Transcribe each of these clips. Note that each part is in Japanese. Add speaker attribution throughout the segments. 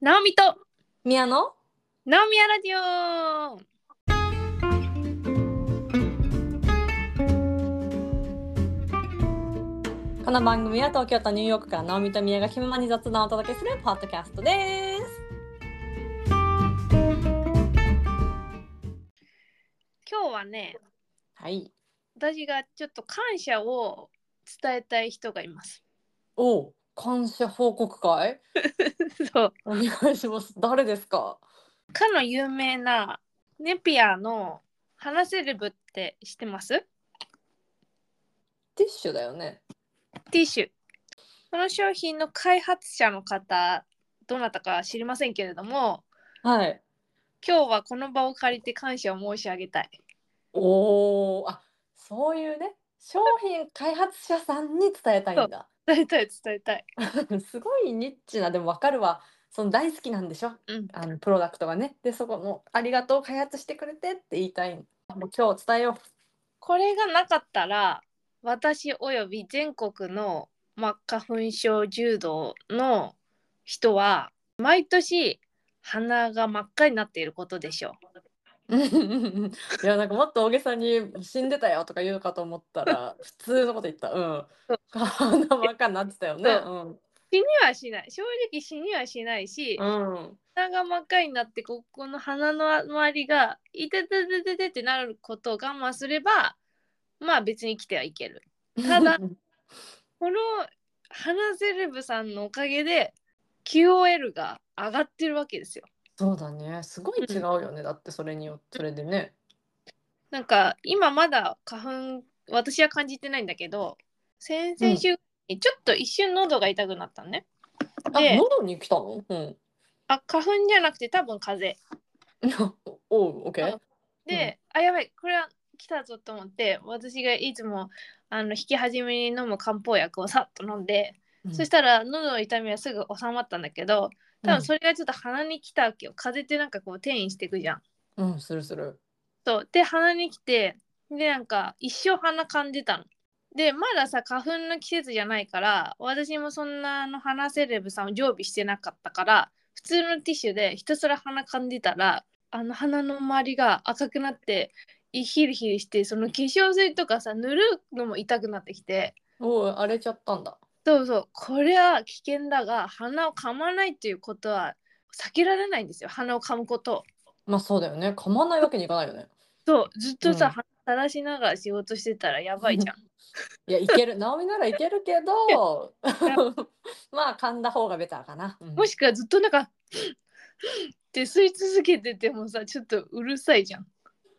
Speaker 1: ナオミと
Speaker 2: 宮野
Speaker 1: ナオミアラジオ
Speaker 2: この番組は東京都ニューヨークから直美と宮が気ままに雑談をお届けするポッドキャストです
Speaker 1: 今日はね
Speaker 2: はい
Speaker 1: 私がちょっと感謝を伝えたい人がいます
Speaker 2: おう感謝報告会
Speaker 1: そう
Speaker 2: お願いします誰ですか
Speaker 1: かの有名なネピアの花セレブって知ってます
Speaker 2: ティッシュだよね
Speaker 1: ティッシュこの商品の開発者の方どなたか知りませんけれども
Speaker 2: はい
Speaker 1: 今日はこの場を借りて感謝を申し上げたい
Speaker 2: おおあそういうね商品開発者さんに伝えたいんだ
Speaker 1: 伝えたい伝えたい
Speaker 2: すごいニッチなでもわかるわその大好きなんでしょ
Speaker 1: うん
Speaker 2: あのプロダクトがねでそこもありがとう開発してくれてって言いたいもう今日伝えよ
Speaker 1: これがなかったら私および全国の、まあ、花粉症重度の人は毎年鼻が真っ赤になっていることでしょう。
Speaker 2: う いやなんかもっと大げさに「死んでたよ」とか言うかと思ったら普通のこと言ったうん
Speaker 1: そう
Speaker 2: 鼻真っ赤になってたよね
Speaker 1: そう死にはしない正直死にはしないし、
Speaker 2: ん、うん、
Speaker 1: 鼻が真っ赤になってここの鼻の周りが「いててててて」ってなることを我慢すればまあ別に来てはいける。ただこの鼻セレブさんのおかげで QOL が上がってるわけですよ。
Speaker 2: そうだねすごい違うよねだってそれによってそれでね
Speaker 1: なんか今まだ花粉私は感じてないんだけど先々週にちょっと一瞬喉が痛くなったのね、
Speaker 2: あ
Speaker 1: で
Speaker 2: 喉に来たのうん
Speaker 1: あ花粉じゃなくて多分風邪
Speaker 2: おうオッケー
Speaker 1: あで、あやばいこれは来たぞと思って私がいつもあの引き始めに飲む漢方薬をさっと飲んで、そしたら喉の痛みはすぐ治まったんだけど多分それがちょっと鼻に来たわけよ風邪ってなんかこう転移していくじゃん。
Speaker 2: うん、うん、するする
Speaker 1: そうで鼻に来てでなんか一生鼻かんでたの。でまださ花粉の季節じゃないから私もそんなあの鼻セレブさんを常備してなかったから普通のティッシュでひたすら鼻かんでたらあの鼻の周りが赤くなっていヒリヒリしてその化粧水とかさ塗るのも痛くなってきて
Speaker 2: おう荒れちゃったんだ
Speaker 1: そうそうこれは危険だが鼻を噛まないっていうことは避けられないんですよ鼻を噛むことを。
Speaker 2: まあそうだよね噛まないわけにいかないよね
Speaker 1: そうずっと
Speaker 2: うん
Speaker 1: さ、話さらしながら仕事してたらやばいじゃん。
Speaker 2: いやいける直美ならいけるけど まあ噛んだ方がベターかな、うん
Speaker 1: もしくはずっとなんかって吸い続けててもさちょっとうるさいじゃん。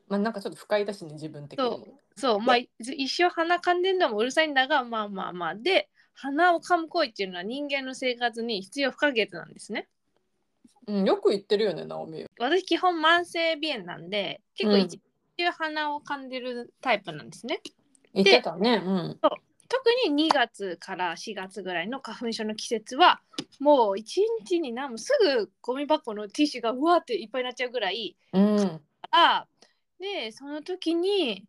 Speaker 2: まあなんかちょっと不快だしね自分的にも
Speaker 1: そうまあい一生鼻かんでんのもうるさいんだがまあまあまあで鼻を噛む行為っていうのは人間の生活に必要不可欠なんですね。
Speaker 2: うん、よく言ってるよね直美
Speaker 1: 私基本慢性鼻炎なんで結構
Speaker 2: うん
Speaker 1: 一日中鼻を噛んでるタイプなんですね。
Speaker 2: 言ってたねうん
Speaker 1: 特に2月から4月ぐらいの花粉症の季節はもう一日に何もすぐゴミ箱のティッシュがうわーっていっぱいになっちゃうぐらい
Speaker 2: うん
Speaker 1: あでその時に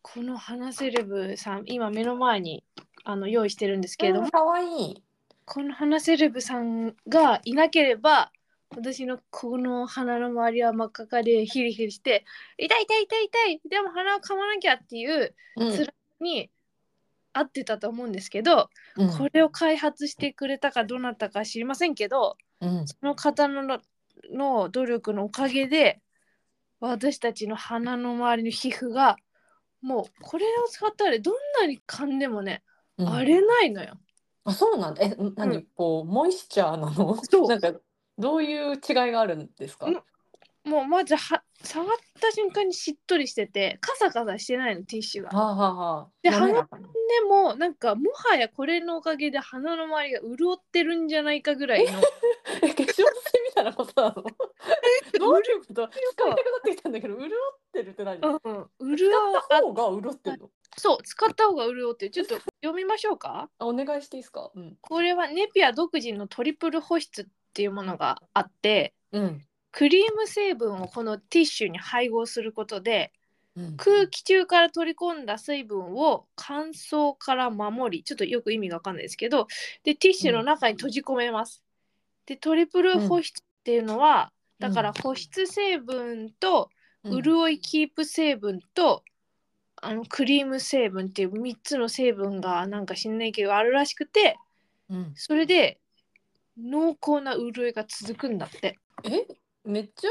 Speaker 1: この花セレブさん今目の前にあの用意してるんですけれども、
Speaker 2: かわいい
Speaker 1: この花セレブさんがいなければ私のこの鼻の周りは真っ赤かでヒリヒリして痛い痛い痛い痛いでも鼻を噛まなきゃっていう
Speaker 2: うん
Speaker 1: つらに合ってたと思うんですけど、
Speaker 2: うん
Speaker 1: これを開発してくれたかどなたか知りませんけど
Speaker 2: うん
Speaker 1: その方のの努力のおかげで私たちの鼻の周りの皮膚がもうこれを使ったらどんなに噛んでもね、
Speaker 2: うん
Speaker 1: 荒れないのよ。
Speaker 2: あそうなんだえ何、
Speaker 1: うん
Speaker 2: こうモイスチャーなの
Speaker 1: そう
Speaker 2: なんかどういう違いがあるんですか、
Speaker 1: うんもうまずは触った瞬間にしっとりしててカサカサしてないのティッシュが。
Speaker 2: はあはあはあ
Speaker 1: で
Speaker 2: 滑らかな
Speaker 1: でもなんかもはやこれのおかげで鼻の周りが潤ってるんじゃないかぐらいの
Speaker 2: え化粧水みたいなことなのどういうこと聞こえなくなってきたんだけど潤ってるって何使っ
Speaker 1: うんうん、潤
Speaker 2: た
Speaker 1: う
Speaker 2: 方が潤ってるの
Speaker 1: そう使った方が潤ってるちょっと読みましょうか
Speaker 2: あお願いしていいですかうん
Speaker 1: これはネピア独自のトリプル保湿っていうものがあって
Speaker 2: うん
Speaker 1: クリーム成分をこのティッシュに配合することで
Speaker 2: うん
Speaker 1: 空気中から取り込んだ水分を乾燥から守りちょっとよく意味がわかんないですけどでティッシュの中に閉じ込めます。でトリプル保湿っていうのは
Speaker 2: うん
Speaker 1: だから保湿成分と
Speaker 2: うん
Speaker 1: 潤いキープ成分と、あのクリーム成分っていう3つの成分がなんか知んないけどあるらしくて
Speaker 2: うん
Speaker 1: それで濃厚な潤いが続くんだって
Speaker 2: えめっちゃ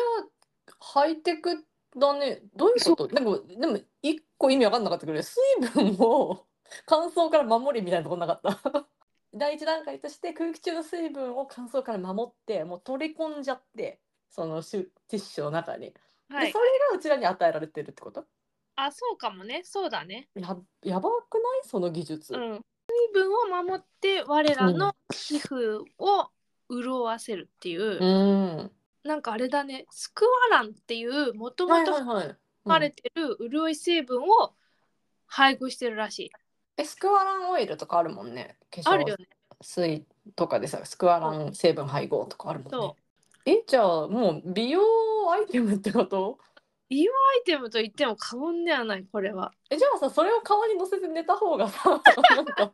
Speaker 2: ハイテクだねどういうことでもでも一個意味わかんなかったけど水分を乾燥から守りみたいなとこなかった 第一段階として空気中の水分を乾燥から守ってもう取り込んじゃってそのシュティッシュの中に、
Speaker 1: は
Speaker 2: で
Speaker 1: い
Speaker 2: それがうちらに与えられてるってこと
Speaker 1: あそうかもねそうだね
Speaker 2: ややばくないその技術、
Speaker 1: うん水分を守って我らの皮膚を潤わせるっていう、
Speaker 2: うん
Speaker 1: なんかあれだねスクワランっていうもとも
Speaker 2: はい
Speaker 1: と
Speaker 2: はい
Speaker 1: 含
Speaker 2: はい、う
Speaker 1: ま
Speaker 2: ん
Speaker 1: れてる潤い成分を配合してるらしい、
Speaker 2: えスクワランオイルとかあるもんね化
Speaker 1: あるよ
Speaker 2: 粧
Speaker 1: ね
Speaker 2: 水とかでさスクワラン成分配合とかあるもんね
Speaker 1: そう
Speaker 2: え、じゃあもう美容アイテムってこと
Speaker 1: アイテムと言っても過言ではないこれは
Speaker 2: え、じゃあさ、それを顔に乗せて寝た方がさ、 なんか、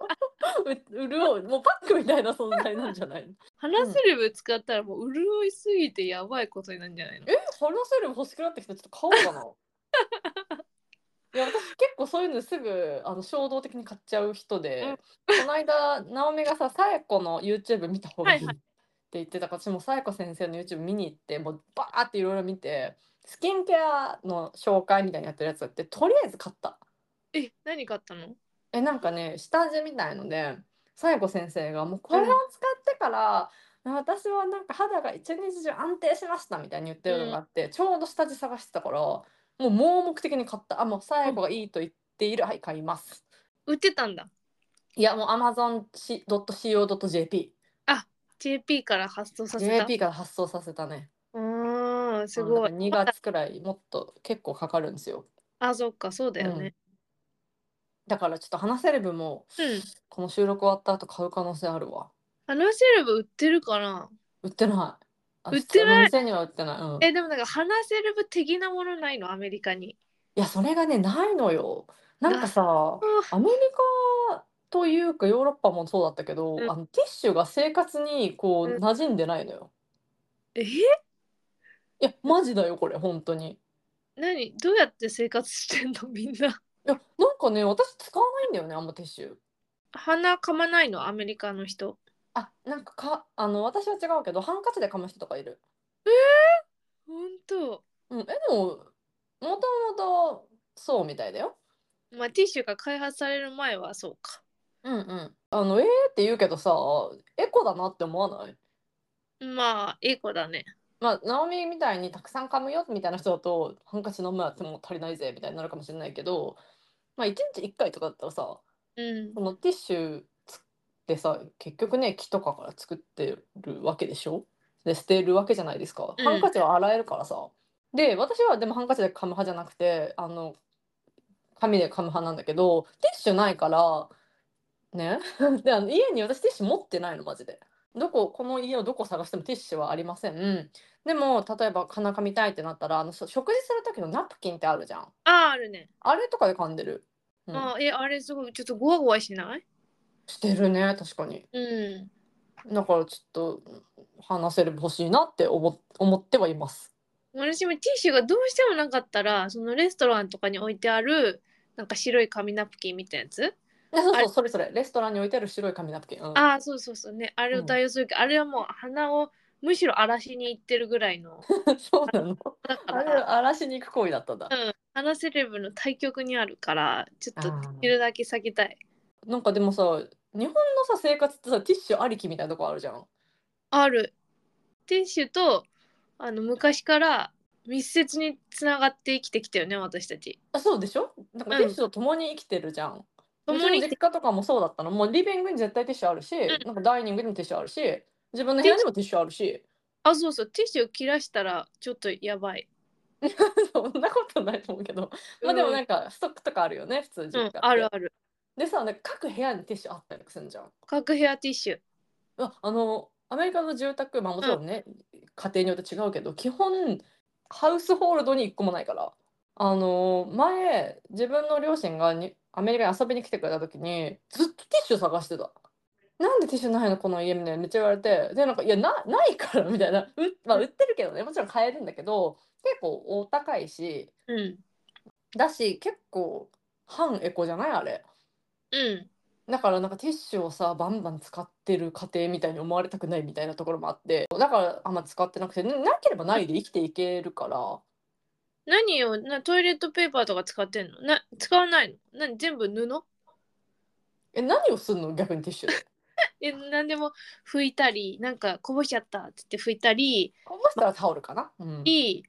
Speaker 2: う、潤う、もうパックみたいな存在なんじゃないの
Speaker 1: 鼻セレブ使ったらもう潤いすぎてやばいことになるんじゃないの
Speaker 2: え、話せる欲しくなってきた、ちょっと買おうかな。 いや、私結構そういうのすぐ、あの、衝動的に買っちゃう人
Speaker 1: うん
Speaker 2: で、この間、直美がさ、さやこの YouTube 見た方がいい
Speaker 1: はいは
Speaker 2: って言ってたから、私もさやこ先生の YouTube 見に行って、もうバーっていろいろ見て、スキンケアの紹介みたいなやってるやつがあって、とりあえず買った。
Speaker 1: え何買ったの
Speaker 2: えなんかね下地みたいのでさやこ先生がもうこれを使ってから、私はなんか肌が一日中安定しましたみたいに言ってるのがあって、ちょうど下地探してたからもう盲目的に買ったあもうさやこがいいと言っている、はい買います
Speaker 1: 売ってたんだ
Speaker 2: いやもう amazon.co.jp
Speaker 1: JP から発送させた
Speaker 2: JP から発送させたね
Speaker 1: うーんす
Speaker 2: うん
Speaker 1: ご
Speaker 2: だ
Speaker 1: い
Speaker 2: から2月くらいもっと結構かかるんですよ
Speaker 1: あそっかそうだよ
Speaker 2: うん
Speaker 1: ね
Speaker 2: だからちょっと話せればもう
Speaker 1: うん
Speaker 2: この収録終わった後買う可能性あるわ
Speaker 1: 鼻セレブ売ってるかな
Speaker 2: 売ってないあ
Speaker 1: 売ってない
Speaker 2: 普通の店には売ってない、うん、
Speaker 1: えでもなんか鼻セレブ的なものないのアメリカに
Speaker 2: いや、それがね、ないのよ。なんかさ、アメリカというかヨーロッパもそうだったけど、
Speaker 1: うん
Speaker 2: あのティッシュが生活にこう
Speaker 1: うん
Speaker 2: 馴染んでないのよ。
Speaker 1: え
Speaker 2: いや、マジだよ、これ、本当に。い
Speaker 1: 何どうやって生活してんのみ んな
Speaker 2: や、なんかね、私使わないんだよね、あんまティッシュ。
Speaker 1: 鼻噛まないのアメリカの人
Speaker 2: あ、なんかか、あの、私は違うけど、ハンカチで噛む人とかいる。
Speaker 1: ほんと
Speaker 2: うん、え、でも、もともとそうみたいだよ。
Speaker 1: まあティッシュが開発される前はそうか
Speaker 2: うんうん。あの、えーって言うけどさ、エコだなって思わない
Speaker 1: まあエコだね
Speaker 2: まあ、ナオミみたいにたくさん噛むよみたいな人だとハンカチ飲むやつも足りないぜみたいになるかもしれないけど、まあ、1日1回とかだったらさ
Speaker 1: うん
Speaker 2: このティッシュつってさ結局ね木とかから作ってるわけでしょで捨てるわけじゃないですか、
Speaker 1: うん
Speaker 2: ハンカチは洗えるからさで私はでもハンカチで噛む派じゃなくてあの紙で噛む派なんだけどティッシュないからね であの家に私ティッシュ持ってないのマジでどここの家をどこ探してもティッシュはありませんでも例えば鼻噛みたいってなったらあのそ食事する時のナプキンってあるじゃん
Speaker 1: ああるね、
Speaker 2: あれとかで噛んでる、うん、
Speaker 1: あえあれすごいちょっとゴワゴワしない
Speaker 2: してるね確かに
Speaker 1: うん
Speaker 2: だからちょっと話せれば欲しいなって思思ってはいます。
Speaker 1: 私もティッシュがどうしてもなかったらそのレストランとかに置いてあるなんか白い紙ナプキンみたいなやつ
Speaker 2: あそう
Speaker 1: あ
Speaker 2: そう
Speaker 1: れ
Speaker 2: それそれレストランに置いてある白い紙ナプキン。うん
Speaker 1: ああそうそうそうねあれを対応するけど、あれはもう鼻をむしろ荒らしに行ってるぐらい の
Speaker 2: そうなの。
Speaker 1: だか
Speaker 2: あれ
Speaker 1: ら
Speaker 2: 荒らしに行く行為だったんだ。
Speaker 1: 鼻セレブの対極にあるからちょっと
Speaker 2: あー
Speaker 1: できるだけ避けたい
Speaker 2: なんかでもさ日本のさ生活ってさティッシュありきみたいなとこあるじゃん。
Speaker 1: あるティッシュとあの昔から密接につながって生きてきたよね私たち
Speaker 2: あそうでしょなんか
Speaker 1: うん
Speaker 2: ティッシュと共に生きてるじゃん。
Speaker 1: 共に
Speaker 2: うちの実家とかもそうだったの。もうリビングに絶対ティッシュあるし、
Speaker 1: ん
Speaker 2: なんかダイニングにもティッシュあるし自分の部屋にもティッシュあるし。
Speaker 1: あそうそうティッシュを切らしたらちょっとやばい
Speaker 2: そんなことないと思うけど。まあでもなんかストックとかあるよね普通
Speaker 1: うん、
Speaker 2: 実
Speaker 1: う
Speaker 2: 家
Speaker 1: ん
Speaker 2: って。
Speaker 1: あるある
Speaker 2: でさなんか各部屋にティッシュあったりするじゃん。
Speaker 1: 各部屋ティッシュ
Speaker 2: ああのアメリカの住宅まあもちろんね、家庭によって違うけど基本ハウスホールドに一個もないからあの前自分の両親がにアメリカに遊びに来てくれた時にずっとティッシュ探してた。なんでティッシュないのこの家みたいなめっちゃ言われてでなんかいやなないからみたいなう、まあ、売ってるけどねもちろん買えるんだけど結構お高いし
Speaker 1: うん。
Speaker 2: だし結構半エコじゃないあれ
Speaker 1: うん。
Speaker 2: だからなんかティッシュをさバンバン使ってる家庭みたいに思われたくないみたいなところもあってだからあんま使ってなくてななければないで生きていけるから
Speaker 1: 何をなトイレットペーパーとか使ってんのな使わないの何全部布
Speaker 2: え何をすんの逆にティッシュで
Speaker 1: え何でも拭いたりなんかこぼしちゃったっつって拭いたり
Speaker 2: こぼしたらタオルかな、うん、
Speaker 1: いい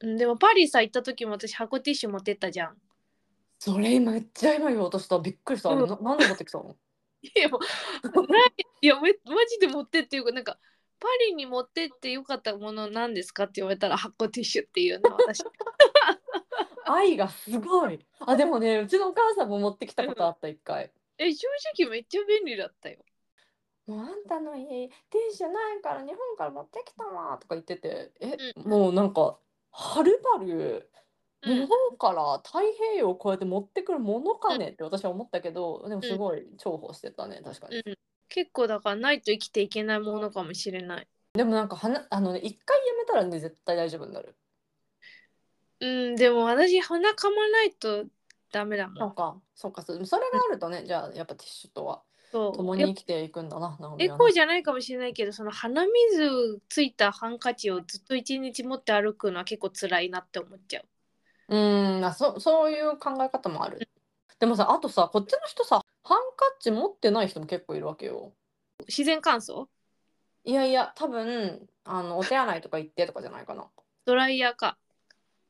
Speaker 1: うんでもパリさ行った時も私箱ティッシュ持ってったじゃん。
Speaker 2: それめっちゃ今言おうとしたびっくりしたあれ
Speaker 1: うん
Speaker 2: ななんで持ってきたの
Speaker 1: いやもうないいやめマジで持ってっていうかなんかパリに持ってってよかったものなんですかって言われたら発酵ティッシュっていうの私
Speaker 2: 愛がすごいあでもねうちのお母さんも持ってきたことあった一回
Speaker 1: え正直めっちゃ便利だったよ。
Speaker 2: もうあんたの家ティッシュないから日本から持ってきたわとか言っててえ、もうなんかはるばる
Speaker 1: うん
Speaker 2: 日本から太平洋をこうやって持ってくるものかねって私は思ったけどでもすごい重宝してたね確かに、
Speaker 1: うん結構だからないと生きていけないものかもしれない。
Speaker 2: でもなんかはなあのね一回やめたらね絶対大丈夫になる
Speaker 1: うんでも私鼻噛まないとダメだも。
Speaker 2: なんんかそうかそうそれがあるとね、じゃあやっぱティッシュとは
Speaker 1: そう
Speaker 2: 共に生きていくんだな直美
Speaker 1: エ
Speaker 2: は
Speaker 1: コーじゃないかもしれないけどその鼻水ついたハンカチをずっと一日持って歩くのは結構辛いなって思っちゃう。
Speaker 2: うーん、あ、そ、そういう考え方もある。でもさ、あとさ、こっちの人さ、ハンカチ持ってない人も結構いるわけよ。
Speaker 1: 自然乾燥
Speaker 2: いやいや、多分、あの、お手洗いとか行ってとかじゃないかな。
Speaker 1: ドライヤーか。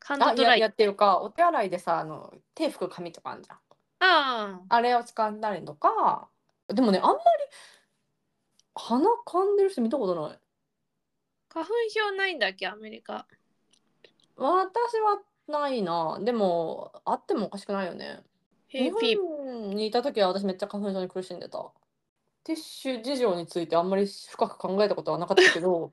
Speaker 1: ハンド
Speaker 2: あ、い
Speaker 1: ド
Speaker 2: や、
Speaker 1: ライ
Speaker 2: や
Speaker 1: ヤー。
Speaker 2: ってるか、お手洗いでさ、あの、手拭く紙とかあるじゃん。
Speaker 1: ああ。
Speaker 2: あれを使ったりとか、でもね、あんまり鼻噛んでる人見たことない。
Speaker 1: 花粉症ないんだっけアメリカ。
Speaker 2: 私はないな。でも、あってもおかしくないよね。
Speaker 1: ヘイピー
Speaker 2: 日本にいた時は私めっちゃ花粉症に苦しんでた。ティッシュ事情についてあんまり深く考えたことはなかったけ ど、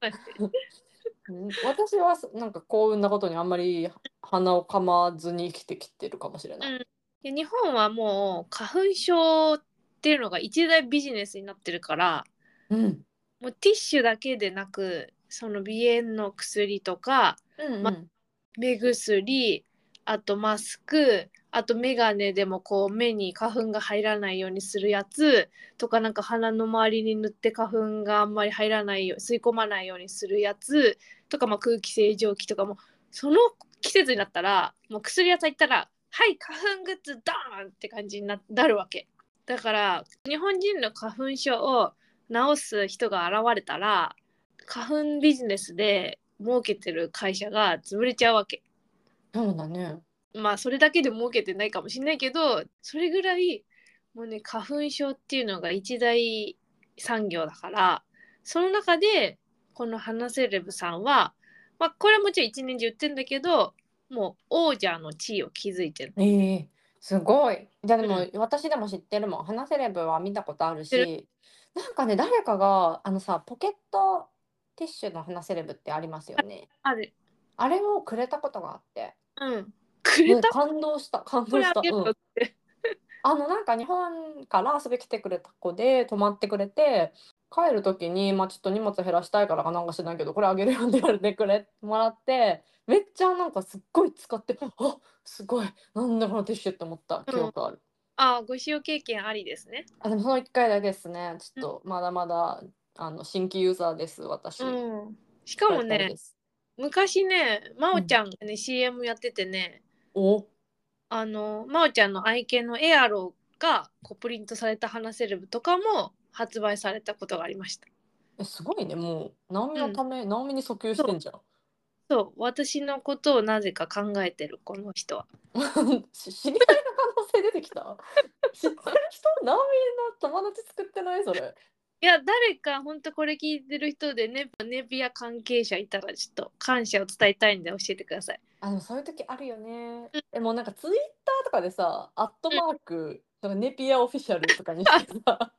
Speaker 1: はい
Speaker 2: うん私はそなんか幸運なことにあんまり鼻をかまずに生きてきてるかもしれない。
Speaker 1: うんで日本はもう花粉症っていうのが一大ビジネスになってるから
Speaker 2: うん。
Speaker 1: もうティッシュだけでなくその鼻炎の薬とか
Speaker 2: うんうん
Speaker 1: ま目薬あとマスクあと眼鏡でもこう目に花粉が入らないようにするやつとかなんか鼻の周りに塗って花粉があんまり入らないよう吸い込まないようにするやつとか、まあ、空気清浄機とかもその季節になったらもう薬屋さん行ったら「はい花粉グッズドーン!」って感じにななるわけだから日本人の花粉症を治す人が現れたら花粉ビジネスで儲けてる会社が潰れちゃうわけ
Speaker 2: そうだね。
Speaker 1: まあそれだけで儲けてないかもしれないけどそれぐらいもうね花粉症っていうのが一大産業だからその中でこの花セレブさんはまあこれはもちろん一年中売ってんだけどもう王者の地位を築いてる
Speaker 2: ええすごい。じゃあでも、
Speaker 1: う
Speaker 2: 私でも知ってるもん。花セレブは見たことある
Speaker 1: 知
Speaker 2: し、なんかね、誰かが、あのさ、ポケットティッシュの花セレブってありますよね。
Speaker 1: ある
Speaker 2: あれをくれたことがあって。
Speaker 1: うんく
Speaker 2: ね
Speaker 1: れた
Speaker 2: 感動した感
Speaker 1: こ
Speaker 2: 動
Speaker 1: れ
Speaker 2: し
Speaker 1: あ
Speaker 2: た、
Speaker 1: げる
Speaker 2: う
Speaker 1: の
Speaker 2: ん
Speaker 1: って、
Speaker 2: あのなんか日本から遊び来てくれた子で泊まってくれて帰る時に、まあ、ちょっと荷物減らしたいからかなんか知らないけどこれあげるよって言われてくれもらってめっちゃなんかすっごい使ってあすごいなんだこのティッシュって思った記憶ある、
Speaker 1: ああご使用経験ありですね
Speaker 2: あでもその1回だけですねちょっとまだまだあの新規ユーザーです私、
Speaker 1: うんしかも
Speaker 2: 使いたい
Speaker 1: ね
Speaker 2: です
Speaker 1: 昔ね真央ちゃんがね、CM やっててね
Speaker 2: お
Speaker 1: あのまおちゃんの愛犬のエアロがこうプリントされた花セレブとかも発売されたことがありました
Speaker 2: えすごいねもう直美のため、直美に訴求してんじゃん
Speaker 1: そう私のことをなぜか考えてるこの人は
Speaker 2: し知り合いの可能性出てきた 知ってる人ナオミの友達作ってないそれ
Speaker 1: いや誰かほんとこれ聞いてる人でねネピア関係者いたらちょっと感謝を伝えたいんで教えてください
Speaker 2: あでもそういう時あるよねえもうなんかツイッターとかでさアットマークなんかネピアオフィシャルとかにして さ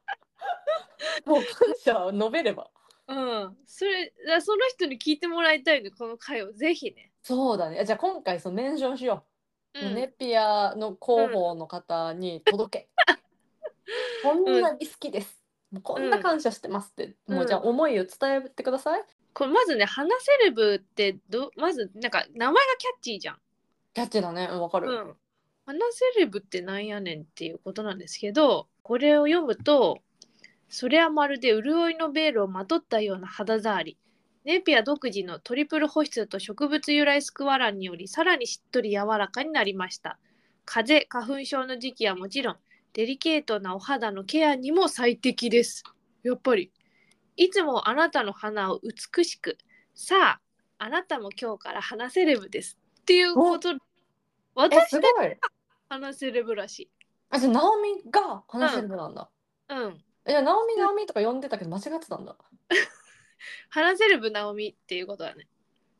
Speaker 2: もう感謝を述べれば
Speaker 1: うんそれだからその人に聞いてもらいたいのこの回をぜひね、
Speaker 2: そうだねじゃあ今回そのメンションしよ
Speaker 1: う、
Speaker 2: う、もうんネピアの広報の方に届け、こんなに好きです。もうこんな感謝してますって、もうじゃあ思いを伝えてください。
Speaker 1: これまずね鼻セレブってどまずなんか名前がキャッチーじゃん。
Speaker 2: キャッチーだね、うんわかる。
Speaker 1: うん鼻セレブってなんやねんっていうことなんですけどこれを読むと「それはまるで潤いのベールをまとったような肌触り」ネピア独自のトリプル保湿と植物由来スクワランによりさらにしっとり柔らかになりました風邪花粉症の時期はもちろんデリケートなお肌のケアにも最適ですやっぱりいつもあなたの鼻を美しくさああなたも今日から鼻セレブですっていうこと
Speaker 2: え、
Speaker 1: 私
Speaker 2: す
Speaker 1: の
Speaker 2: ごい。
Speaker 1: 鼻セレブらしい
Speaker 2: あ、じゃあ、ナオミが話せるなんだ。
Speaker 1: うん
Speaker 2: えじゃあ、ナオミ、ナオミとか呼んでたけど、間違ってたんだ。
Speaker 1: 鼻セレブナオミっていうことだね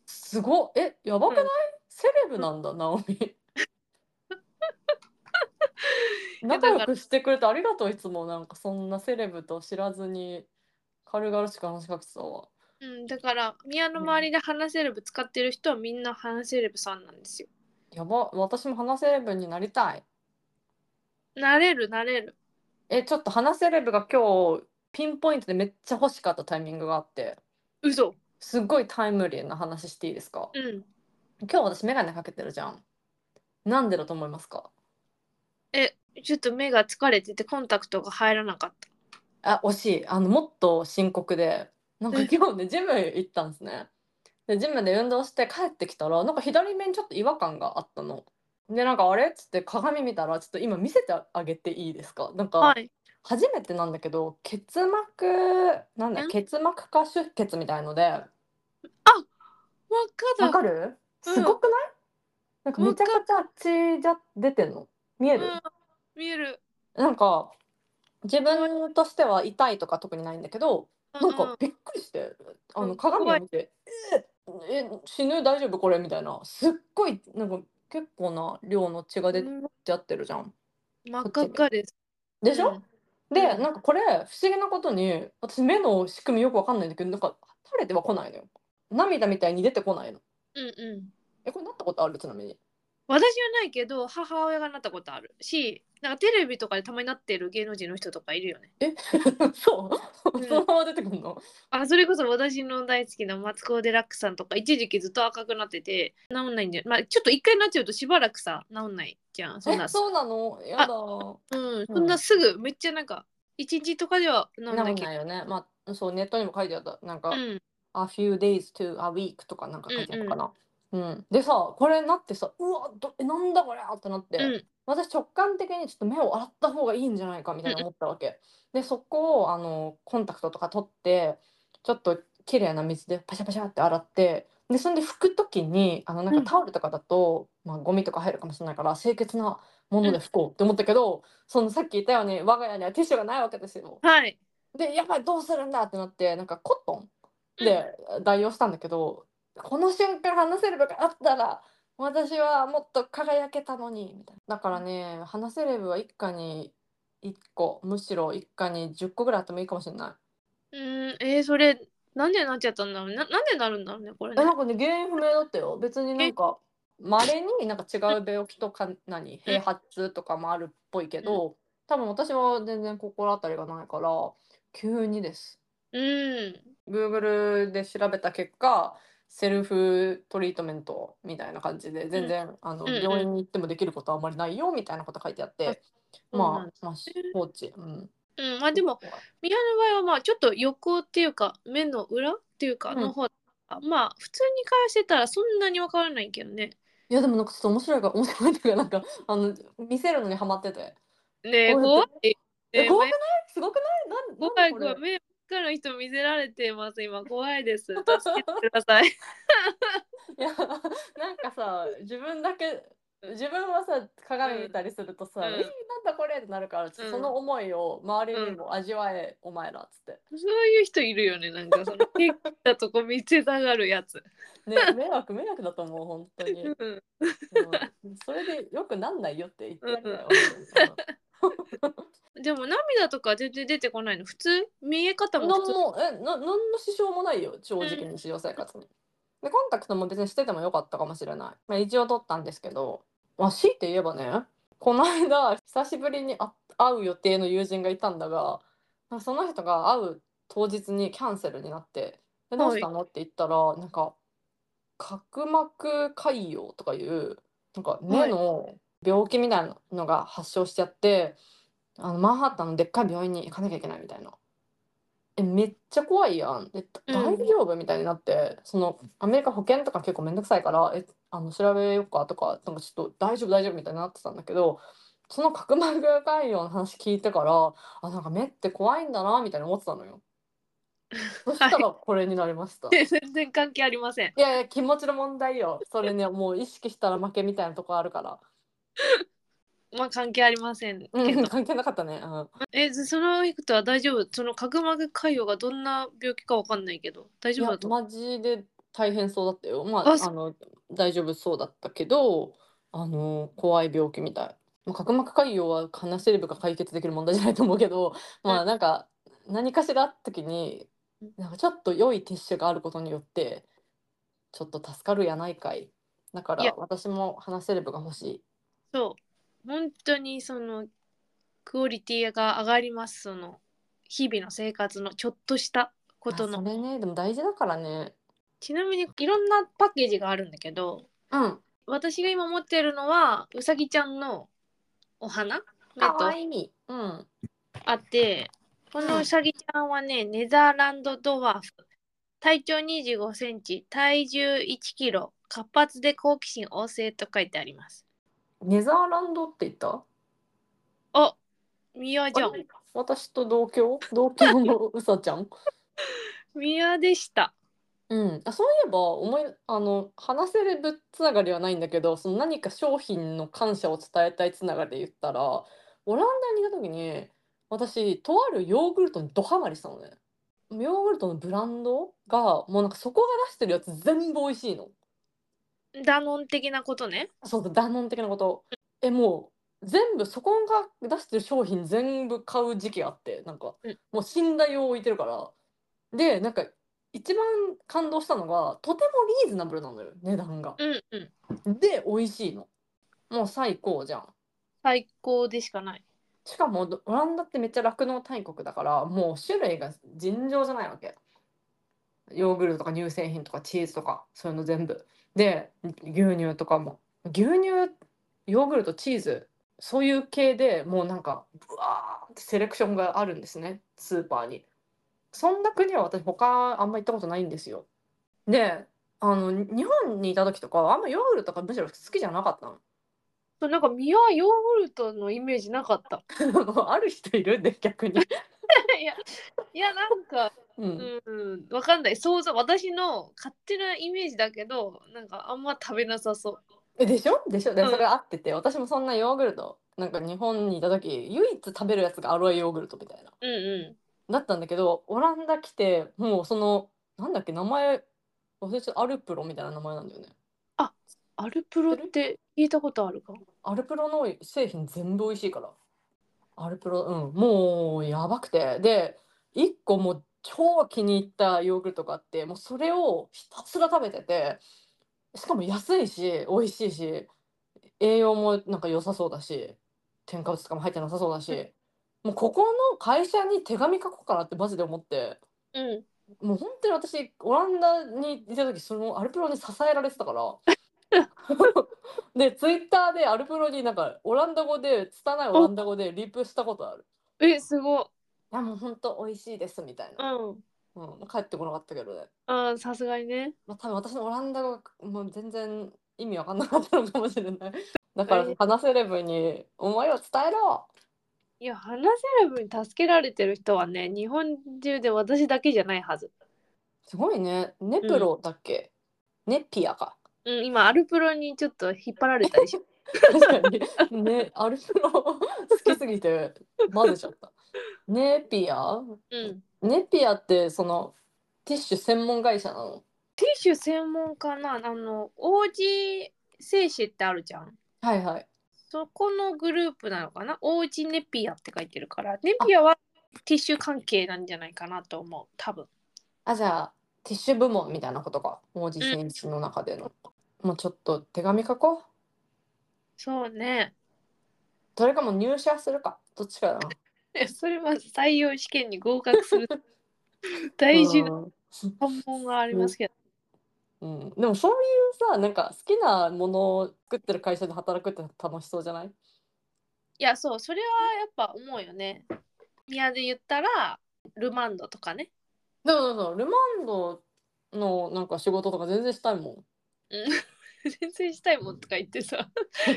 Speaker 2: すごい。え、やばくない、
Speaker 1: うん
Speaker 2: セレブなんだ、ナオミ。仲良くしてくれてありがとう、いつも。なんか、そんなセレブと知らずに、軽々しく話しかけてたわ。
Speaker 1: うんだから宮の周りで鼻セレブ使ってる人はみんな鼻セレブさんなんですよ
Speaker 2: やば、私も話セレブになりたい。
Speaker 1: なれるなれる
Speaker 2: え、ちょっと話セレブが今日、ピンポイントでめっちゃ欲しかったタイミングがあって、
Speaker 1: 嘘
Speaker 2: すっごいタイムリーな話していいですか
Speaker 1: うん
Speaker 2: 今日私メガネかけてるじゃん。なんでだと思いますか
Speaker 1: ちょっと目が疲れててコンタクトが入らなかった
Speaker 2: あ、惜しい。あの、もっと深刻で、なんか
Speaker 1: え
Speaker 2: 今日ね、ジム行ったんですね。で、ジムで運動して帰ってきたら、なんか左目にちょっと違和感があったの。で、なんかあれっつって鏡見たら、ちょっと今見せてあげていいですかなんか、
Speaker 1: はい
Speaker 2: 初めてなんだけど、結膜、なんだ、
Speaker 1: ん
Speaker 2: 結膜下出血みたいので、
Speaker 1: わ
Speaker 2: わ
Speaker 1: か
Speaker 2: か
Speaker 1: る
Speaker 2: る
Speaker 1: うん
Speaker 2: すごくないなんかめちゃくちゃ血じゃ出てんの。見える
Speaker 1: うん見える
Speaker 2: なんか自分としては痛いとか特にないんだけど、
Speaker 1: う
Speaker 2: なんかびっくりしてあ
Speaker 1: う
Speaker 2: の
Speaker 1: ん
Speaker 2: 鏡
Speaker 1: 怖
Speaker 2: を
Speaker 1: い
Speaker 2: 見て「ええ死ぬ大丈夫これ」みたいなすっごいなんか結構な量の血が出
Speaker 1: うん
Speaker 2: ちゃってるじゃん。
Speaker 1: 真っ赤っかです
Speaker 2: でしょ、
Speaker 1: うん
Speaker 2: で
Speaker 1: うん
Speaker 2: なんかこれ不思議なことに私目の仕組みよくわかんないんだけどなんか垂れてはこないのよ。涙みたいに出てこないの。
Speaker 1: うんうん
Speaker 2: えこれなったことあるちなみに。
Speaker 1: 私はないけど母親がなったことあるしなんかテレビとかでたまになってる芸能人の人とかいるよね
Speaker 2: えそう、
Speaker 1: うん
Speaker 2: そのまま出てくるの
Speaker 1: あそれこそ私の大好きなマツコ・デラックスさんとか一時期ずっと赤くなってて治んないんだよ、まあ、ちょっと一回なっちゃうとしばらくさ治んないじゃんそんな
Speaker 2: えそうなのやだー。
Speaker 1: うん、そんなすぐめっちゃなんか一日とかでは治ん
Speaker 2: な
Speaker 1: なんいけど
Speaker 2: ないよね。まあ、そう、ネットにも書いてあった。なんか、
Speaker 1: うん、
Speaker 2: a few days to a week とかなんか書いてあったかな。うん。でさ、これなってさ、うわ、どえなんだこれってなって、
Speaker 1: うん
Speaker 2: 私直感的にちょっと目を洗った方がいいんじゃないかみたいな思ったわけ。で、そこを、あの、コンタクトとか取って、ちょっと綺麗な水でパシャパシャって洗って、で、それで拭くときに、あの、なん
Speaker 1: う
Speaker 2: か
Speaker 1: ん
Speaker 2: タオルとかだと、まあ、ゴミとか入るかもしれないから、清潔なもので拭こうって思ったけど、そのさっき言ったように、我が家にはティッシュがないわけですよ。
Speaker 1: はい
Speaker 2: でやばいどうするんだってなってなんかコットンで代用したんだけど、この瞬間話せるばがあったら私はもっと輝けたのにみたいなだからね話せればは一家に1個むしろ一家に10個ぐらいあってもいいかもしれな
Speaker 1: うんえー、それなんでなっちゃったんだろうななんでなるんだろうねこれ
Speaker 2: いえ
Speaker 1: ね
Speaker 2: なんかね原因不明だったよ別になんかまれになんか違う病気とか何併発とかもあるっぽいけど、多分私は全然心当たりがないから急にです
Speaker 1: うん
Speaker 2: Google で調べた結果セルフトリートメントみたいな感じで全然、あの
Speaker 1: うんうん
Speaker 2: 病院に行ってもできることはあまりないよみたいなこと書いてあって、
Speaker 1: あそうなん
Speaker 2: まあまあ放置うん
Speaker 1: うんまあでも宮の場合はまあちょっと横っていうか目の裏っていうか
Speaker 2: うん
Speaker 1: の方、あまあ普通に返してたらそんなにわからないけどね
Speaker 2: いやでもなんかちょっと面白いから面白いっていうかなんかあの見せるのにハマってて
Speaker 1: ねえ
Speaker 2: こ
Speaker 1: 怖
Speaker 2: う
Speaker 1: い
Speaker 2: え
Speaker 1: ね
Speaker 2: 怖くないすごくないなん
Speaker 1: 怖
Speaker 2: なん
Speaker 1: い
Speaker 2: だこ
Speaker 1: 怖
Speaker 2: れ
Speaker 1: い目からの人見せられてます今怖い です助けてください
Speaker 2: いやなんかさ自分だけ自分はさ鏡見たりするとさ「
Speaker 1: うん
Speaker 2: えーなんだこれ!」ってなるからちょっとその思いを周りにも味わえ、お前らっつって。
Speaker 1: そういう人いるよねなんかそのケーキだとこ見せたがるやつ、
Speaker 2: ね、迷惑迷惑だと思う本当 に、
Speaker 1: うん、
Speaker 2: うんそれでよくなんないよって言ってやりたいわ
Speaker 1: でも涙とか全然出てこないの普通見え方
Speaker 2: うん
Speaker 1: も
Speaker 2: なん
Speaker 1: 普通
Speaker 2: もえな何の支障もないよ正直に日常生活に、でコンタクトも別にしててもよかったかもしれない、まあ、一応取ったんですけどまあ強いて言えばねこの間久しぶりに会会う予定の友人がいたんだがなんかその人が会う当日にキャンセルになって「でどうしたの?」って言ったらなんか角膜潰瘍とかいうなんか目の病気みたいなのが発症しちゃってあのマンハッタンのでっかい病院に行かなきゃいけないみたいな。えめっちゃ怖いやんえ
Speaker 1: う
Speaker 2: 大
Speaker 1: ん
Speaker 2: 丈夫みたいになってそのアメリカ保険とか結構めんどくさいからえあの調べようかとかなんかちょっと大丈夫大丈夫みたいになってたんだけどその角膜潰瘍の話聞いてからあなんか目って怖いんだなみたいに思ってたのよ。そしたらこれになりました。い
Speaker 1: 全然関係ありません。
Speaker 2: やいや気持ちの問題よ。それねもう意識したら負けみたいなとこあるから。
Speaker 1: まあ関係ありませんけど。
Speaker 2: うん関係なかったね。うん
Speaker 1: え、ずその人は大丈夫。その角膜潰瘍がどんな病気かわかんないけど、大
Speaker 2: い
Speaker 1: 丈夫
Speaker 2: や
Speaker 1: だと思う。
Speaker 2: マジで大変そうだったよ。まあ、
Speaker 1: あそ
Speaker 2: あの大丈夫そうだったけどあの怖い病気みたい。まあ、角膜潰瘍は話せれば解決できる問題じゃないと思うけど、ま
Speaker 1: う
Speaker 2: あなんか何かしらあった時に
Speaker 1: うん
Speaker 2: なんかちょっと良いティッシュがあることによってちょっと助かるやないかい。だか
Speaker 1: いや
Speaker 2: ら私も話せればが欲しい。
Speaker 1: そう。本当にそのクオリティが上がります。その日々の生活のちょっとしたこ
Speaker 2: まあ
Speaker 1: と
Speaker 2: そ
Speaker 1: の。
Speaker 2: れねでも大事だからね。
Speaker 1: ちなみにいろんなパッケージがあるんだけど、
Speaker 2: うん。
Speaker 1: 私が今持ってるのはうさぎちゃんのお花
Speaker 2: かわ
Speaker 1: 目と
Speaker 2: いい。うん。
Speaker 1: あってこのうさぎちゃんはね、ネザーランドドワーフ体長2 5センチ体重1キロ活発で好奇心旺盛と書いてあります
Speaker 2: ネザーランドって言った？
Speaker 1: あミワじゃん
Speaker 2: あれ私と同居同居のうさちゃん。
Speaker 1: ミワでした
Speaker 2: うん、あ、そういえば思い、あの話せるぶつながりはないんだけどその何か商品の感謝を伝えたいつながりで言ったらオランダにいた時に私とあるヨーグルトにドハマりしたのねヨーグルトのブランドがもうなんかそこが出してるやつ全部美味しいの
Speaker 1: ダノン的なことね
Speaker 2: そうそうダノン的なことえもう全部そこが出してる商品全部買う時期あってなんか
Speaker 1: うん
Speaker 2: もう信頼を置いてるからでなんか一番感動したのがとてもリーズナブルなのよ値段が
Speaker 1: うんうん
Speaker 2: で美味しいのもう最高じゃん
Speaker 1: 最高でしかない
Speaker 2: しかもどオランダってめっちゃ酪農大国だからもう種類が尋常じゃないわけヨーグルトとか乳製品とかチーズとかそういうの全部で牛乳とかも牛乳ヨーグルトチーズそういう系でもうなんかブワーってセレクションがあるんですねスーパーにそんな国は私他あんま行ったことないんですよであの日本にいた時とかはあんまヨーグルトとかむしろ好きじゃなかったの
Speaker 1: そうなんかミワヨーグルトのイメージなかった
Speaker 2: ある人いるんで逆 に、
Speaker 1: いやいやなんか
Speaker 2: うん、
Speaker 1: うん、わかんない。想像、私の勝手なイメージだけど、なんかあんま食べなさそう。
Speaker 2: えでしょでしょで
Speaker 1: うん
Speaker 2: それ合ってて私もそんなヨーグルトなんか日本にいた時唯一食べるやつがアロエヨーグルトみたいな
Speaker 1: うんう
Speaker 2: だったんだけどオランダ来てもうそのなんだっけ名前忘れちゃったアルプロみたいな名前なんだよね
Speaker 1: ん。アルプロって聞いたことあるかも
Speaker 2: アルプロの製品全部美味しいからアルプロうんもうやばくてで1個もう超気に入ったヨーグルトがあってもうそれをひたすら食べててしかも安いし美味しいし栄養もなんか良さそうだし添加物とかも入ってなさそうだしもうここの会社に手紙書こうかなってマジで思って
Speaker 1: うん。
Speaker 2: もう本当に私オランダにいた時そのアルプロに支えられてたからでツイッターでアルプロになんかオランダ語で拙いオランダ語でリプしたことある
Speaker 1: え、すご
Speaker 2: いやもう本当美味しいですみたい
Speaker 1: い。う
Speaker 2: な、
Speaker 1: ん。
Speaker 2: うん、帰ってこなかったけどね、
Speaker 1: あーさすがにね。
Speaker 2: まあ、多分私のオランダ語がもう全然意味わかんなかったのかもしれないだから
Speaker 1: えー
Speaker 2: 話せレブに思いを伝えろ
Speaker 1: いや、話せる分に助けられてる人はね、日本中で私だけじゃないはず。
Speaker 2: すごいねネプロだっけ、ネピアか
Speaker 1: うん、今、アルプロにちょっと引っ張られたでしょ。
Speaker 2: 確かにねアルプロ好きすぎて混ぜちゃったネピ ア
Speaker 1: うん。
Speaker 2: ネピアってそのティッシュ専門会社なの
Speaker 1: ティッシュ専門家な、あの、王子製紙ってあるじゃん。
Speaker 2: はいはい
Speaker 1: そこのグループなのかなおうちネピアって書いてるから、ネピアはティッシュ関係なんじゃないかなと思う、多分。
Speaker 2: あじゃあティッシュ部門みたいなことか王子選手の中での、もうちょっと手紙書こ
Speaker 1: そうね。
Speaker 2: それかもう入社するか。どっちかだな。
Speaker 1: えそれは採用試験に合格する大事な
Speaker 2: うん
Speaker 1: 関門がありますけど、
Speaker 2: うん、でもそういうさなんか好きなものを作ってる会社で働くって楽しそうじゃない
Speaker 1: いやそうそれはやっぱ思うよね。宮で言ったらルマンドとかね。
Speaker 2: でもそうルマンドのなんか仕事とか全然したいもん。
Speaker 1: うん全然したいもんとか言ってさ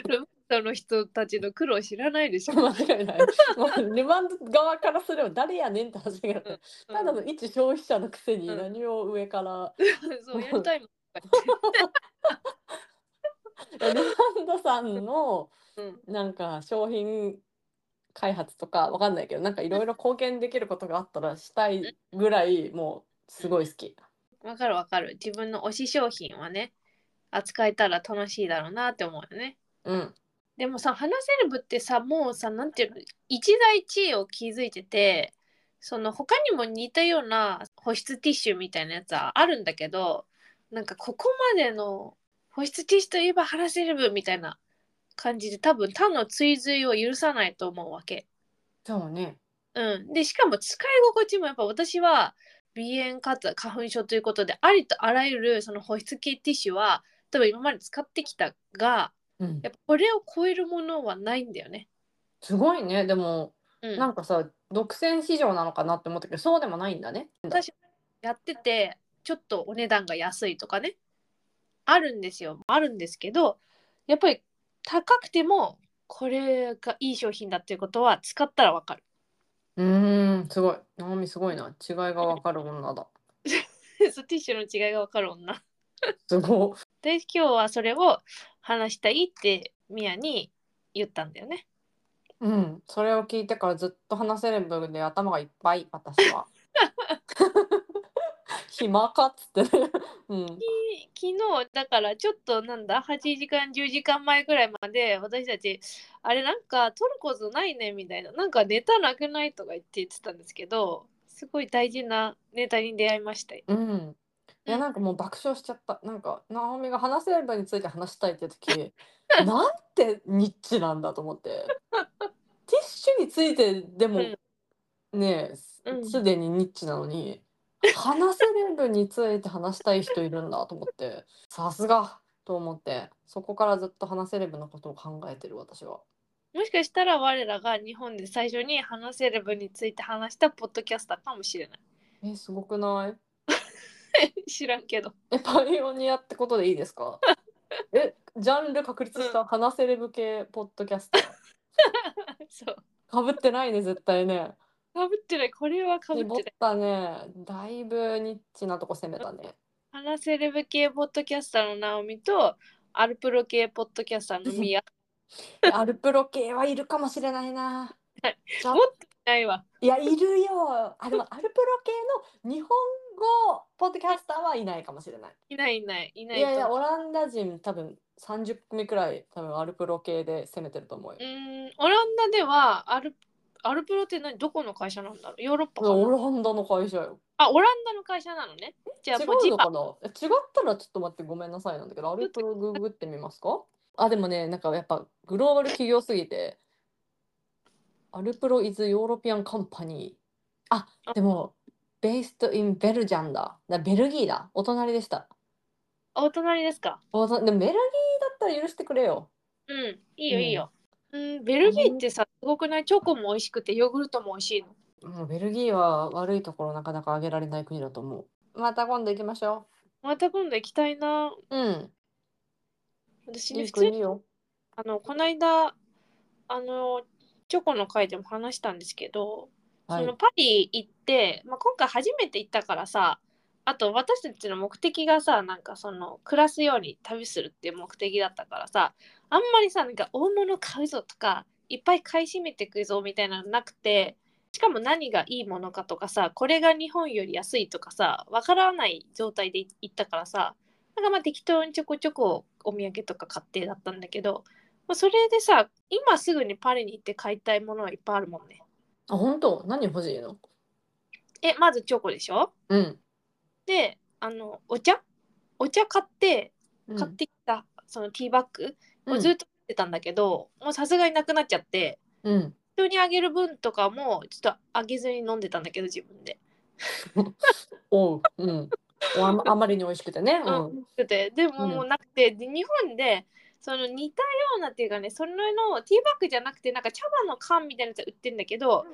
Speaker 1: ルマンドの人たちの苦労知らないでしょ。
Speaker 2: 間違いない。まあルマンド側からすれば誰やねんって話が
Speaker 1: うん
Speaker 2: ただの一消費者のくせに
Speaker 1: うん
Speaker 2: 何を上から。
Speaker 1: そうやりたいもんとか
Speaker 2: ルマンドさんの
Speaker 1: 言って。
Speaker 2: なんか商品開発とかわかんないけどなんかいろいろ貢献できることがあったらしたいぐらいもうすごい好き。
Speaker 1: うん、わかるわかる。自分の推し商品はね扱えたら楽しいだろうなって思うよね。
Speaker 2: うん。
Speaker 1: でもさ話せる部ってさもうさなんていうの一大地位を築いててその他にも似たような保湿ティッシュみたいなやつはあるんだけどなんかここまでの保湿ティッシュといえば話せる部みたいな感じで多分他の追随を許さないと思うわけ。
Speaker 2: そうね。
Speaker 1: うん、でしかも使い心地もやっぱ私は鼻炎かつ花粉症ということでありとあらゆるその保湿系ティッシュは多分今まで使ってきたが
Speaker 2: うん
Speaker 1: や、っぱこれを超えるものはないんだよね。
Speaker 2: すごいねでも
Speaker 1: うん、
Speaker 2: なんかさ独占市場なのかなって思ったけどそうでもないんだね。
Speaker 1: 私やっててちょっとお値段が安いとかねあるんですよあるんですけどやっぱり高くてもこれがいい商品だっていうことは使ったらわかる
Speaker 2: うーんすごい。ナオミすごいな違いがわかる女だ。
Speaker 1: そうティッシュの違いがわかる女
Speaker 2: すごい。
Speaker 1: で今日はそれを話したいってミヤに言ったんだよね
Speaker 2: うん、それを聞いてからずっと話せる分で頭がいっぱい私は。暇かっつってね。うん
Speaker 1: 昨日だからちょっとなんだ8時間10時間前ぐらいまで私たちあれなんかトルコズないねみたいななんかネタなくないとか言って言ってたんですけどすごい大事なネタに出会いましたよ
Speaker 2: うん。いや
Speaker 1: うん
Speaker 2: なんかもう爆笑しちゃった。なんかナオミが話せる分について話したいっ て時、なんてニッチなんだと思って。ティッシュについてでもねえす
Speaker 1: うん
Speaker 2: すでにニッチなのに、話せる分について話したい人いるんだと思って、さすがと思って、そこからずっと話せる分のことを考えてる私は。
Speaker 1: もしかしたら我らが日本で最初に話せる分について話したポッドキャスターかもしれない
Speaker 2: え、すごくない
Speaker 1: 知らんけど
Speaker 2: え、パイオニアってことでいいですかえ、ジャンル確立した話せる部系ポッドキャスター。
Speaker 1: そう
Speaker 2: かぶってないね絶対ね。
Speaker 1: かぶってないこれはかぶっ
Speaker 2: 絞って
Speaker 1: ない
Speaker 2: たね。だいぶニッチなとこ攻めたね。
Speaker 1: 話せるべ系ポッドキャスターのナオミとアルプロ系ポッドキャスターのミヤ
Speaker 2: アルプロ系はいるかもしれないな。ちょ
Speaker 1: もっといないわ
Speaker 2: いやいるよ。あでもアルプロ系の日本語ポッドキャスターはいないかもしれない。
Speaker 1: いないいないいない
Speaker 2: い
Speaker 1: と思
Speaker 2: や
Speaker 1: う
Speaker 2: いやオランダ人多分三十組くらい多分アルプロ系で攻めてると思うよ
Speaker 1: う。ーんオランダではアルアルプロって何どこの会社なんだろうヨーロッパかな
Speaker 2: オランダの会社よ。
Speaker 1: あオランダの会社なのねじゃあ
Speaker 2: 違
Speaker 1: ポジ
Speaker 2: うの
Speaker 1: パ
Speaker 2: かなえ違ったらちょっと待ってごめんなさいなんだけどアルプロググってみますかあでもねなんかやっぱグローバル企業すぎてアルプロ is European company あ
Speaker 1: あ
Speaker 2: でも based in Belgium だだベルギーだお隣でした
Speaker 1: あお隣ですか
Speaker 2: おとでもベルギーだったら許してくれよ
Speaker 1: うんいいよ
Speaker 2: うん
Speaker 1: いいよ、うん、ベルギーってさすごくないチョコも美味しくてヨーグルトも美味しいの
Speaker 2: もうベルギーは悪いところなかなか上げられない国だと思うまた今度行きましょ
Speaker 1: また今度行きたいな
Speaker 2: ううん
Speaker 1: 私
Speaker 2: い
Speaker 1: ね
Speaker 2: い
Speaker 1: 普通に
Speaker 2: 国よ
Speaker 1: あのこの間あのチョコの回でも話したんですけど
Speaker 2: は
Speaker 1: その
Speaker 2: い
Speaker 1: パリ行って、まあ、今回初めて行ったからさあと私たちの目的がさなんかその暮らすように旅するっていう目的だったからさあんまりさなんか大物買うぞとかいっぱい買い占めてくぞみたいなのなくてしかも何がいいものかとかさこれが日本より安いとかさわからない状態で行ったからさなんかまあ適当にちょこちょこお土産とか買ってだったんだけど、まあ、それでさ今すぐにパリに行って買いたいものはいっぱいあるもんね。
Speaker 2: あ本当何欲しいの
Speaker 1: えまずチョコでしょ
Speaker 2: うん
Speaker 1: であのお茶お茶買って
Speaker 2: うん
Speaker 1: 買ってきた、そのティーバッグ
Speaker 2: う
Speaker 1: を
Speaker 2: ん
Speaker 1: ずっとってたんだけどもうさすがになくなっちゃって
Speaker 2: うん。
Speaker 1: 人にあげる分とかもちょっとあげずに飲んでたんだけど自分で。
Speaker 2: おう。うん。おあんあまりに美味しくてね。う
Speaker 1: うん
Speaker 2: ん。
Speaker 1: ででも
Speaker 2: うん
Speaker 1: もうなくて、で日本でその似たようなっていうかねそれのティーバッグじゃなくてなんか茶葉の缶みたいなやつ売ってんだけど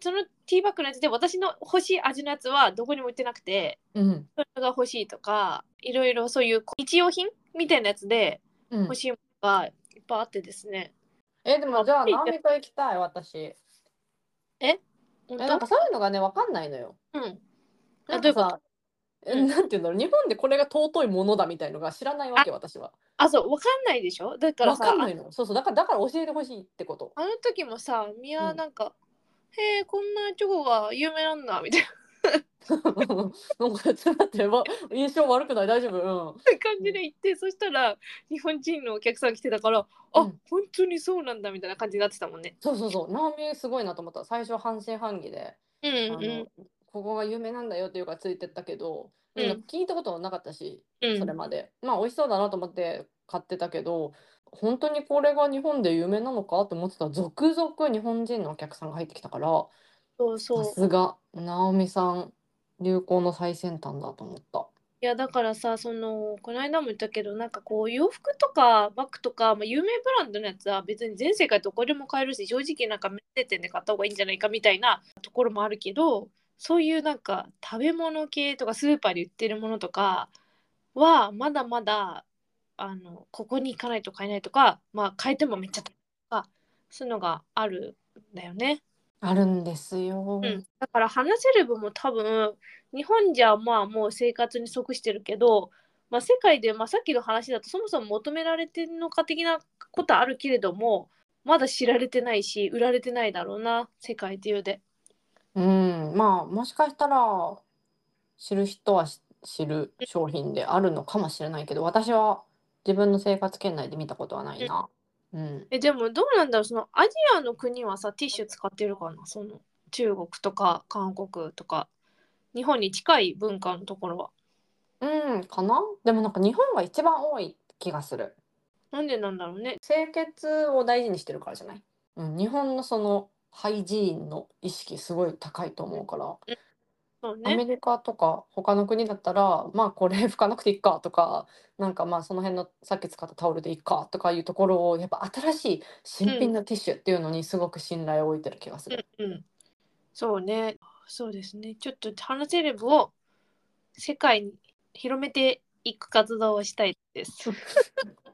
Speaker 1: そのティーバッグのやつで私の欲しい味のやつはどこにも売ってなくて
Speaker 2: うん。
Speaker 1: それが欲しいとかいろいろそういう日用品みたいなやつで
Speaker 2: うん
Speaker 1: 欲、しいものがいっぱいあってですね。
Speaker 2: えでもじゃあ何か行きたい私え
Speaker 1: 本
Speaker 2: なん
Speaker 1: 当
Speaker 2: かそういうのがね分かんないのよ
Speaker 1: うん、
Speaker 2: な
Speaker 1: あ
Speaker 2: ん
Speaker 1: どうい
Speaker 2: か
Speaker 1: うこと
Speaker 2: さえ
Speaker 1: うん
Speaker 2: なんていうんだろう日本でこれが尊いものだみたいのが知らないわけ私は
Speaker 1: あそうわかんないでしょだから
Speaker 2: 分
Speaker 1: さ
Speaker 2: かんないのそうそうだからだから教えてほしいって こと
Speaker 1: あの時もさみ
Speaker 2: う
Speaker 1: や
Speaker 2: ん
Speaker 1: なんか「へえこんなチョコが有名なんだ」みたい
Speaker 2: なんかちょっと待ってわ印象悪くない大丈夫うん
Speaker 1: な感じで言って、そしたら日本人のお客さん来てたから「あ、
Speaker 2: うん
Speaker 1: 本当にそうなんだ」みたいな感じになってたもんね。
Speaker 2: そうそうそうナオミすごいなと思った最初半信半疑で、
Speaker 1: うんう
Speaker 2: あの
Speaker 1: ん
Speaker 2: ここが有名なんだよっていうからついてったけど、
Speaker 1: うん
Speaker 2: なんか聞いたことなかったし
Speaker 1: うん
Speaker 2: それまで、まあ美味しそうだなと思って買ってたけど本当にこれが日本で有名なのかって思ってたら続々日本人のお客さんが入ってきたから
Speaker 1: そうそ
Speaker 2: さ
Speaker 1: う。
Speaker 2: すが直美さん流行の最先端だと思った。
Speaker 1: いやだからさそのこの間も言ったけどなんかこう洋服とかバッグとか、まあ、有名ブランドのやつは別に全世界どこでも買えるし正直なんか名店で買った方がいいんじゃないかみたいなところもあるけどそういうなんか食べ物系とかスーパーで売ってるものとかはまだまだあのここに行かないと買えないとかまあ買えてもめっちゃ高いとかそういうのがあるんだよね。
Speaker 2: あるんですよ。
Speaker 1: うん、だから話せる分も多分日本じゃまあもう生活に即してるけど、まあ、世界で、まあ、さっきの話だとそもそも求められてるのか的なことはあるけれどもまだ知られてないし売られてないだろうな世界中で。
Speaker 2: うん、まあもしかしたら知る人はし知る商品であるのかもしれないけど私は自分の生活圏内で見たことはないな。うん、
Speaker 1: えでもどうなんだろうそのアジアの国はさティッシュ使ってるかなその中国とか韓国とか日本に近い文化のところは。
Speaker 2: うん、かなでもなんか日本が一番多い気がする。
Speaker 1: なんでなんだろうね。
Speaker 2: 清潔を大事にしてるからじゃない、うん、日本のそのハイジーンの意識すごい高いと思うから
Speaker 1: そう
Speaker 2: アメ
Speaker 1: ね。
Speaker 2: リカとか他の国だったらまあこれ拭かなくていいかとかなんかまあその辺のさっき使ったタオルでいいかとかいうところをやっぱ新しい新品のティッシュっていうのにすごく信頼を置いてる気がする。
Speaker 1: うんうん、そうねそうですねちょっと話せればを世界に広めていく活動をしたいです。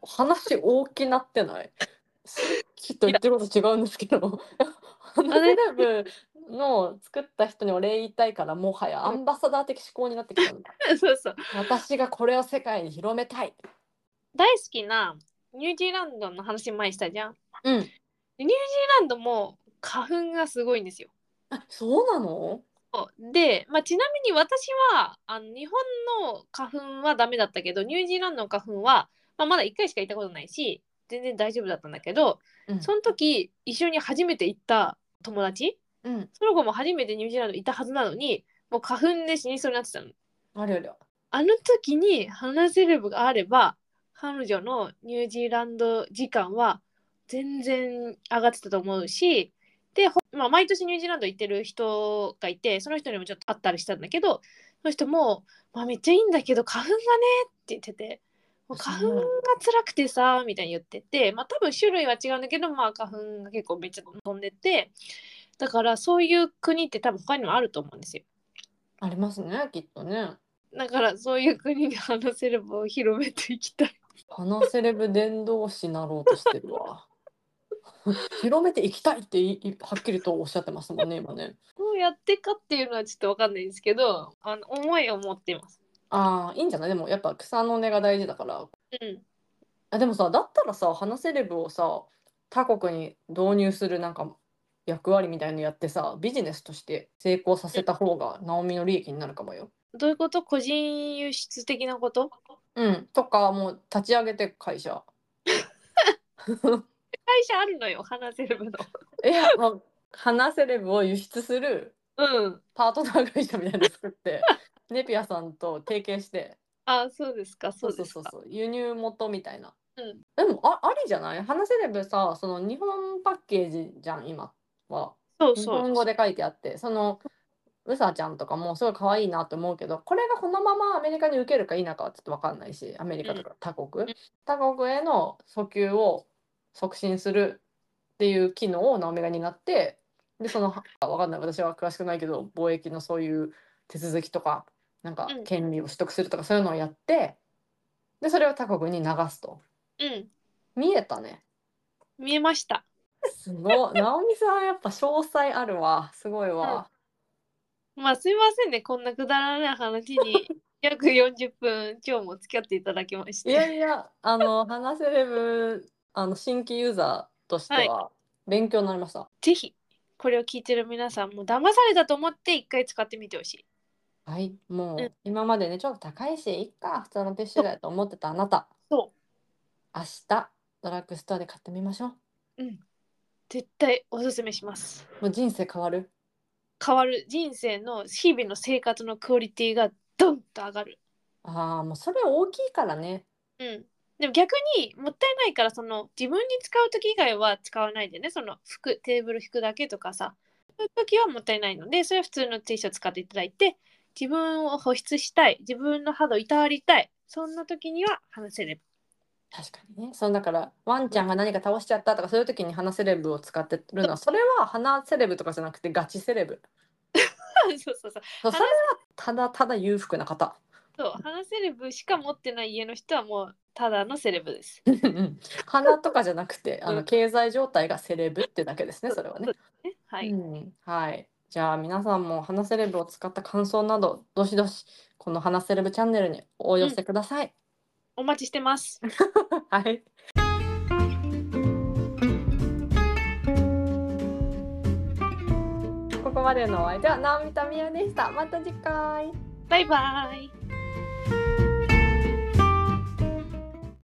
Speaker 2: 話大きなってない さっきと言ってること違うんですけどハナセレブの作った人にお礼言いたいからもはやアンバサダー的思考になってきたんだ
Speaker 1: そうそう
Speaker 2: 私がこれを世界に広めたい。
Speaker 1: 大好きなニュージーランドの話前にしたじゃん。ニュ
Speaker 2: うん。
Speaker 1: ージーランドも花粉がすごいんですよ。
Speaker 2: あ、そうなの？
Speaker 1: で、まあ、ちなみに私はあの日本の花粉はダメだったけどニュージーランドの花粉は、まあ、まだ1回しか行ったことないし全然大丈夫だったんだけど
Speaker 2: うん
Speaker 1: その時一緒に初めて行った友達
Speaker 2: うん。
Speaker 1: その子も初めてニュージーランドにいたはずなのにもう花粉で死にそうになってたの。
Speaker 2: あるよりは。
Speaker 1: あの時に話せる部があれば彼女のニュージーランド時間は全然上がってたと思うしで、ほまあ、毎年ニュージーランド行ってる人がいてその人にもちょっと会ったりしたんだけどその人も、まあ、めっちゃいいんだけど花粉がねって言ってて。もう花粉が辛くてさみたいに言ってて、まあ、多分種類は違うんだけど、まあ、花粉が結構めっちゃ飛んでてだからそういう国って多分他にもあると思うんですよ。
Speaker 2: ありますね、きっとね。
Speaker 1: だからそういう国に話せれば広めていき たい。
Speaker 2: 花セレブ伝道師になろうとしてるわ。 広めていきたいっていいはっきりとおっしゃってますもんね、今ね。
Speaker 1: どうやってかっていうのはちょっとわかんないんですけど、あの思いを持っています。
Speaker 2: ああ、いいんじゃないでもやっぱ草の根が大事だから。
Speaker 1: うん。
Speaker 2: あ、でもさ、だったらさ、花セレブをさ、他国に導入するなんか役割みたいのやってさ、ビジネスとして成功させた方が、ナオミの利益になるかもよ。
Speaker 1: どういうこと個人輸出的なこと
Speaker 2: うん、とか、もう立ち上げて会社。
Speaker 1: 会社あるのよ、話せるの。
Speaker 2: いや、まあ、花セレブを輸出する。
Speaker 1: うん。
Speaker 2: パートナー会社みたいなの作って ネピアさんと提携して
Speaker 1: あ、そうですか、そうですか。
Speaker 2: そうそうそう輸入元みたいな
Speaker 1: うん
Speaker 2: でもあありじゃない花セレブさその日本パッケージじゃん今は
Speaker 1: そう
Speaker 2: 日
Speaker 1: そう
Speaker 2: 本語で書いてあってそのうさちゃんとかもすごい可愛いなと思うけどこれがこのままアメリカに受けるか否かはちょっと分かんないしアメリカとか他国、
Speaker 1: うん
Speaker 2: 他国への訴求を促進するっていう機能をナオミが担ってでそのは分かんない私は詳しくないけど貿易のそういう手続きとかなんか
Speaker 1: うん
Speaker 2: 権利を取得するとかそういうのをやってでそれを他国に流すと
Speaker 1: うん
Speaker 2: 見えたね
Speaker 1: 見えました
Speaker 2: すごいナオミさんやっぱ詳細あるわすごいわ。
Speaker 1: まあすいませんねこんなくだらない話 に約40分今日も付き合っていただきまし
Speaker 2: いや
Speaker 1: て
Speaker 2: いや、あの、話せれぶ、あの、新規ユーザーとしては、勉強になりました。
Speaker 1: ぜひこれを聞いてる皆さんも騙されたと思って一回使ってみてほしい
Speaker 2: はい、も
Speaker 1: うん
Speaker 2: う、今までね、ちょっと高いし、いっか、普通のティッシュだと思ってたあなた、
Speaker 1: そう
Speaker 2: 明日、ドラッグストアで買ってみましょう。
Speaker 1: 絶対おすすめします
Speaker 2: もう人生変わる。
Speaker 1: 変わる人生の日々の生活のクオリティがドンと上がる
Speaker 2: ああ、もうそれ大きいからね。
Speaker 1: うんでも逆にもったいないからその自分に使う時以外は使わないでねその拭くテーブル拭くだけとかさそういう時はもったいないのでそれは普通の T シャツ使っていただいて自分を保湿したい自分の肌をいたわりたいそんな時には話せれば
Speaker 2: 確かにね。そのだから、ワンちゃんが何か倒しちゃったとか、そういう時に鼻セレブを使ってるのは、それは鼻セレブとかじゃなくて、ガチセレブ。
Speaker 1: そうそうそう
Speaker 2: そうそれはただただ裕福な方。
Speaker 1: そう話せる部しか持ってない家の人はもうただのセレブです
Speaker 2: うん鼻とかじゃなくて、あ
Speaker 1: うん
Speaker 2: の経済状態がセレブってだけですね、それはね。
Speaker 1: ねはい、
Speaker 2: うん、はい。じゃあ皆さんも花セレブを使った感想など、どしどしこの花セレブチャンネルにお寄せください。
Speaker 1: お待ちしてます
Speaker 2: はい。ここまでのお相手は、ナオミとミヤでした。また次回。
Speaker 1: バイバイ